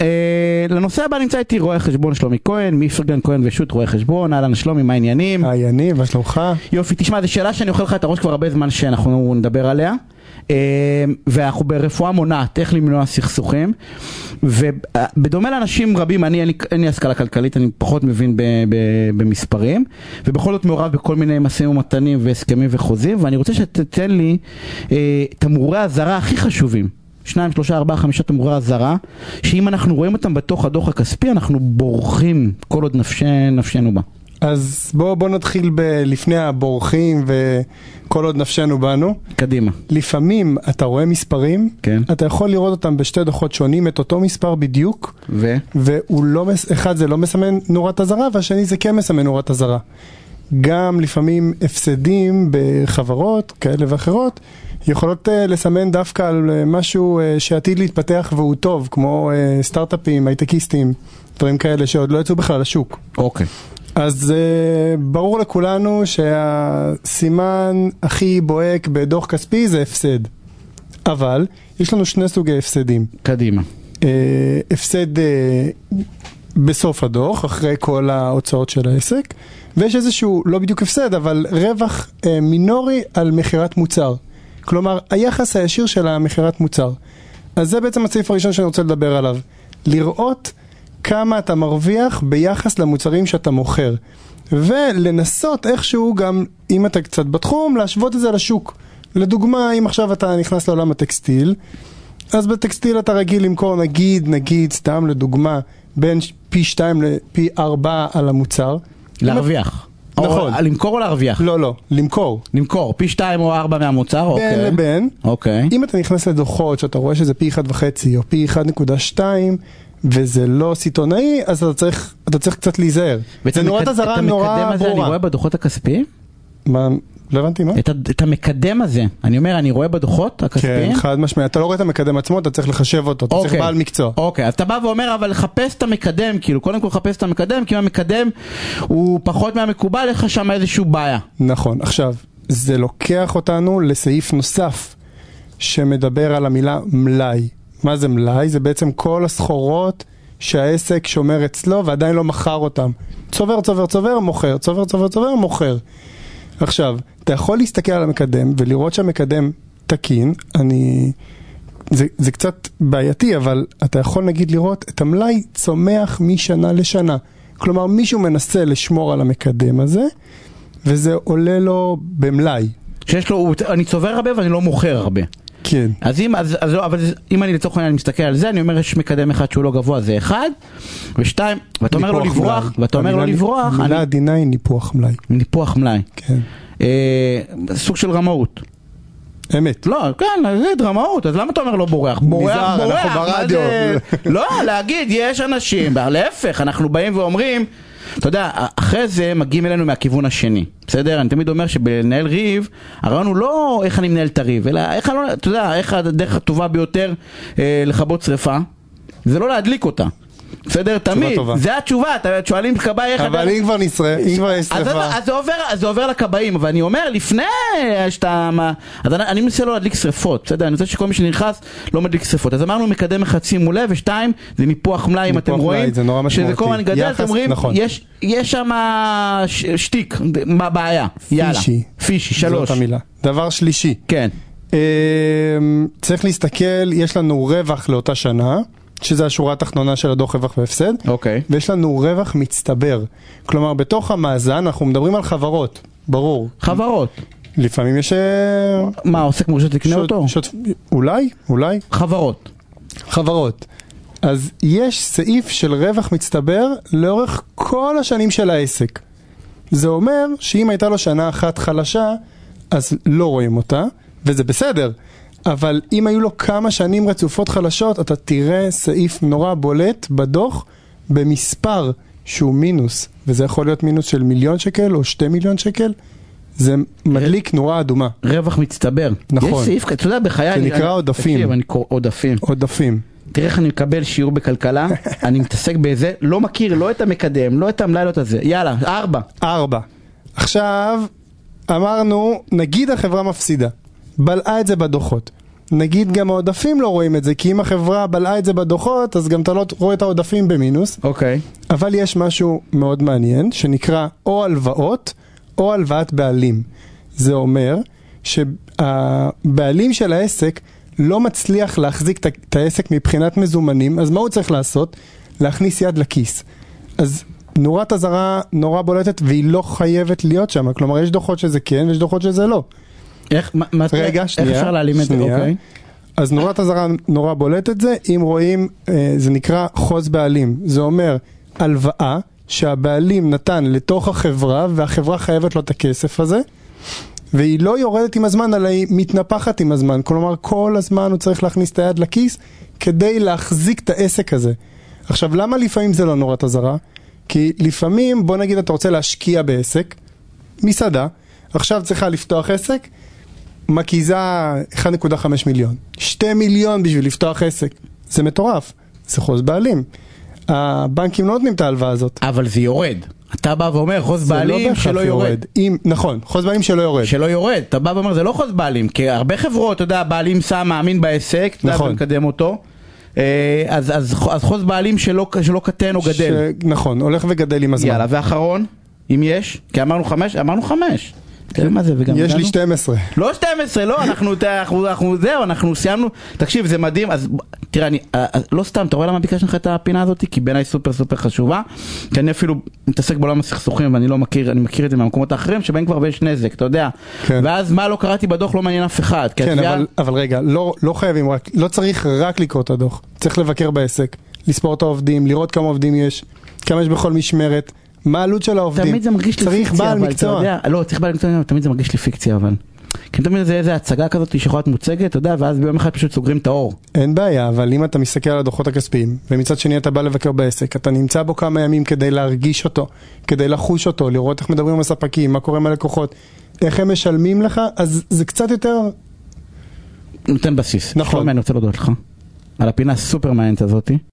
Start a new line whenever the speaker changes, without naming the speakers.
אה, לנושא הבא נמצא איתי רואה חשבון שלומי כהן, מיפרגן כהן ושות' רואה חשבון, אהלן שלומי, מה העניינים?
היי אה, יניב, מה שלומך?
יופי, תשמע, זו שאלה שאני אוכל לך את הראש כבר הרבה זמן שאנחנו נדבר עליה. אה, ואנחנו ברפואה מונעת, איך למנוע סכסוכים. ובדומה לאנשים רבים, אני אין לי- אין לי השכלה כלכלית, אני פחות מבין ב- ב- במספרים. ובכל זאת מעורב בכל מיני משאים ומתנים והסכמים וחוזים, ואני רוצה שתתן לי אה, תמרורי אזהרה הכי חשובים. שניים, שלושה, ארבעה, חמישה תמרורי אזהרה, שאם אנחנו רואים אותם בתוך הדוח הכספי, אנחנו בורחים כל עוד נפשי, נפשנו בה.
אז בואו בוא נתחיל בלפני הבורחים וכל עוד נפשנו בנו.
קדימה.
לפעמים אתה רואה מספרים,
כן.
אתה יכול לראות אותם בשתי דוחות שונים, את אותו מספר בדיוק,
ו?
והוא לא, מס- אחד זה לא מסמן נורת אזהרה והשני זה כן מסמן נורת אזהרה. גם לפעמים הפסדים בחברות כאלה ואחרות יכולות אה, לסמן דווקא על אה, משהו אה, שעתיד להתפתח והוא טוב, כמו אה, סטארט-אפים, הייטקיסטים, דברים כאלה שעוד לא יצאו בכלל לשוק.
אוקיי.
אז אה, ברור לכולנו שהסימן הכי בוהק בדוח כספי זה הפסד. אבל יש לנו שני סוגי הפסדים.
קדימה.
אה, הפסד אה, בסוף הדוח, אחרי כל ההוצאות של העסק, ויש איזשהו, לא בדיוק הפסד, אבל רווח אה, מינורי על מכירת מוצר. כלומר, היחס הישיר של המכירת מוצר. אז זה בעצם הסעיף הראשון שאני רוצה לדבר עליו. לראות כמה אתה מרוויח ביחס למוצרים שאתה מוכר. ולנסות איכשהו גם, אם אתה קצת בתחום, להשוות את זה לשוק. לדוגמה, אם עכשיו אתה נכנס לעולם הטקסטיל, אז בטקסטיל אתה רגיל למכור נגיד, נגיד, סתם לדוגמה, בין ש- פי 2 לפי 4 על המוצר.
להרוויח.
נכון.
או, למכור או להרוויח?
לא, לא, למכור.
למכור, פי שתיים או ארבע מהמוצר?
בין
אוקיי.
לבין.
אוקיי.
אם אתה נכנס לדוחות שאתה רואה שזה פי 1.5 או פי 1.2 וזה לא סיטונאי, אז אתה צריך, אתה צריך קצת להיזהר.
ואת
זה נורת
המקד-
אזהרה
את המקדם
נורא
הזה אני
ברורה.
רואה בדוחות הכספיים?
מה, לא הבנתי מה?
את ה- את המקדם הזה, אני אומר, אני רואה בדוחות
כן,
הכספיים?
חד משמעי. אתה לא רואה את המקדם עצמו, אתה צריך לחשב אותו, אתה צריך
אוקיי.
בעל מקצוע.
אוקיי, אז אתה בא ואומר, אבל חפש את המקדם, כאילו, קודם כל חפש את המקדם, כי אם המקדם הוא פחות מהמקובל, יש לך שם איזשהו בעיה.
נכון, עכשיו, זה לוקח אותנו לסעיף נוסף שמדבר על המילה מלאי. מה זה מלאי? זה בעצם כל הסחורות שהעסק שומר אצלו ועדיין לא מכר אותן. צובר, צובר, צובר, מוכר, צובר, צובר, צובר, מוכר. עכשיו, אתה יכול להסתכל על המקדם ולראות שהמקדם תקין, אני... זה, זה קצת בעייתי, אבל אתה יכול נגיד לראות את המלאי צומח משנה לשנה. כלומר, מישהו מנסה לשמור על המקדם הזה, וזה עולה לו במלאי.
שיש לו, הוא- אני צובר הרבה ואני לא מוכר הרבה.
כן.
אז אם, אז, אז לא, אבל זה- אם אני לצורך העניין מסתכל על זה, אני אומר יש מקדם אחד שהוא לא גבוה, זה אחד, ושתיים, ואתה אומר לא
ניפוח
לברוח,
מלאי.
ואתה אומר לא
המילה-
לברוח,
המילה
אני,
עדינה היא ניפוח מלאי.
ניפוח מלאי.
כן.
אה, סוג של רמאות.
אמת.
לא, כן, זה דרמאות, אז למה אתה אומר לא בורח? בורח,
נזהר,
בורח.
אנחנו
מה
ברדיו.
זה- לא, להגיד, יש אנשים, להפך, אנחנו באים ואומרים, אתה יודע, אחרי זה מגיעים אלינו מהכיוון השני, בסדר? אני תמיד אומר שבלנהל ריב, הרעיון הוא לא איך אני מנהל את הריב, אלא איך, אני לא- אתה יודע, איך הדרך הטובה ביותר אה, לכבות שריפה, זה לא להדליק אותה. בסדר? תמיד,
טובה.
זה התשובה, אתה שואלים כבאי איך...
אבל
הדרך-
אם כבר נשרף, אם כבר יש
אז,
שרפה,
אז, אז, זה עובר, אז זה עובר לכבאים, אבל אני אומר, לפני אה, שאתה... מה, אז אני, אני מנסה לא להדליק שרפות, בסדר? אני רוצה שכל מי שנלחץ לא מדליק שרפות. אז אמרנו, מקדם אחד שימו לב, ושתיים, זה ניפוח מלאי, אם
ניפוח
אתם רואים.
מלאי, זה נורא
שזה כל הזמן
משמעותי.
גדל,
יחס,
אתם אומרים,
נכון.
יש, יש שם ש, שטיק, מה הבעיה?
פישי.
פישי,
זאת
שלוש.
המילה. דבר שלישי,
כן,
אמ, צריך להסתכל, יש לנו רווח לאותה שנה, שזה השורה התחתונה של הדוח רווח והפסד,
אוקיי.
ויש לנו רווח מצטבר. כלומר, בתוך המאזן אנחנו מדברים על חברות, ברור.
חברות.
לפעמים יש... אה,
מה, עוסק מורשה תקנה
שות-
אותו?
שות- אולי, אולי.
חברות.
חברות. אז יש סעיף של רווח מצטבר לאורך כל השנים של העסק. זה אומר שאם הייתה לו שנה אחת חלשה, אז לא רואים אותה, וזה בסדר. אבל אם היו לו כמה שנים רצופות חלשות, אתה תראה סעיף נורא בולט בדוח במספר שהוא מינוס, וזה יכול להיות מינוס של מיליון שקל או שתי מיליון שקל, זה מדליק נורה אדומה,
רווח מצטבר.
נכון.
יש סעיף, כזה, אתה יודע, בחיי...
זה
אני-
נקרא
אני-
עודפים.
תקשיב, אני קורא עודפים.
עודפים.
תראה איך אני מקבל שיעור בכלכלה, אני מתעסק בזה, לא מכיר לא את המקדם, לא את המלאי, לא את הזה. יאללה, ארבע.
ארבע. עכשיו, אמרנו, נגיד החברה מפסידה, בלעה את זה בדוחות. נגיד גם העודפים לא רואים את זה, כי אם החברה בלעה את זה בדוחות, אז גם אתה לא רואה את העודפים במינוס.
אוקיי.
אבל יש משהו מאוד מעניין, שנקרא או הלוואות, או הלוואת בעלים. זה אומר שהבעלים של העסק לא מצליח להחזיק את ה- את העסק מבחינת מזומנים, אז מה הוא צריך לעשות? להכניס יד לכיס. אז נורת אזהרה נורא בולטת, והיא לא חייבת להיות שם. כלומר, יש דוחות שזה כן ויש דוחות שזה לא.
איך, מה, מה-
רגע, שנייה,
איך אפשר להעלים את זה?
שנייה.
אוקיי.
אז נורת אזהרה נורא בולטת זה, אם רואים, אה, זה נקרא חוז בעלים. זה אומר הלוואה שהבעלים נתן לתוך החברה, והחברה חייבת לו את הכסף הזה, והיא לא יורדת עם הזמן, אלא היא מתנפחת עם הזמן. כלומר, כל הזמן הוא צריך להכניס את היד לכיס כדי להחזיק את העסק הזה. עכשיו, למה לפעמים זה לא נורת אזהרה? כי לפעמים, בוא נגיד אתה רוצה להשקיע בעסק, מסעדה, עכשיו צריכה לפתוח עסק, מקיזה 1.5 מיליון. 2 מיליון בשביל לפתוח עסק. זה מטורף. זה חוז בעלים. הבנקים לא נותנים את ההלוואה הזאת.
אבל זה יורד. אתה בא ואומר חוז
זה לא
בעלים
בהכרח
שלא יורד.
אם, נכון, חוז בעלים שלא יורד.
שלא יורד, אתה בא ואומר זה לא חוז בעלים, כי הרבה חברות, אתה יודע, הבעלים שם מאמין בעסק, אתה יודע,
נכון.
ומקדם אותו, אה, אז, אז, אז חוז בעלים שלא, שלא קטן או גדל.
ש... נכון, הולך וגדל עם הזמן.
יאללה, ואחרון, אם יש, כי אמרנו חמש, אמרנו חמש. תראה מה זה, וגם
יש לי
הגענו.
12.
לא 12, לא, אנחנו, אתה- אנחנו, אנחנו, זהו, אנחנו סיימנו. תקשיב, זה מדהים, אז ב- תראה, אני, אה, אה, לא סתם, אתה רואה למה ביקשנו לך את הפינה הזאת? כי בעיניי סופר סופר חשובה, כי אני אפילו מתעסק בעולם הסכסוכים ואני לא מכיר, אני מכיר את זה מהמקומות האחרים, שבהם כבר יש נזק, אתה יודע.
כן.
ואז מה לא קראתי בדוח לא מעניין אף אחד. כי
כן,
התביעה-
אבל, אבל רגע, לא, לא חייבים רק, לא צריך רק לקרוא את הדוח. צריך לבקר בעסק, לספור את העובדים, לראות כמה עובדים יש, כמה יש בכל משמרת, מה העלות של העובדים.
תמיד זה מרגיש לי
צריך
פיקציה,
בעל
אבל אתה
מקצוע.
יודע, לא, צריך בעל מקצוע, תמיד זה מרגיש לי פיקציה, אבל. כי תמיד זה איזה הצגה כזאת שיכולה להיות מוצגת, אתה יודע, ואז ביום אחד פשוט סוגרים את האור.
אין בעיה, אבל אם אתה מסתכל על הדוחות הכספיים, ומצד שני אתה בא לבקר בעסק, אתה נמצא בו כמה ימים כדי להרגיש אותו, כדי לחוש אותו, לראות איך מדברים עם הספקים, מה קורה עם הלקוחות, איך הם משלמים לך, אז זה קצת יותר...
נותן בסיס.
נכון.
שלומי, אני רוצה להודות לך על הפינה הסופר מעניינת הזאתי.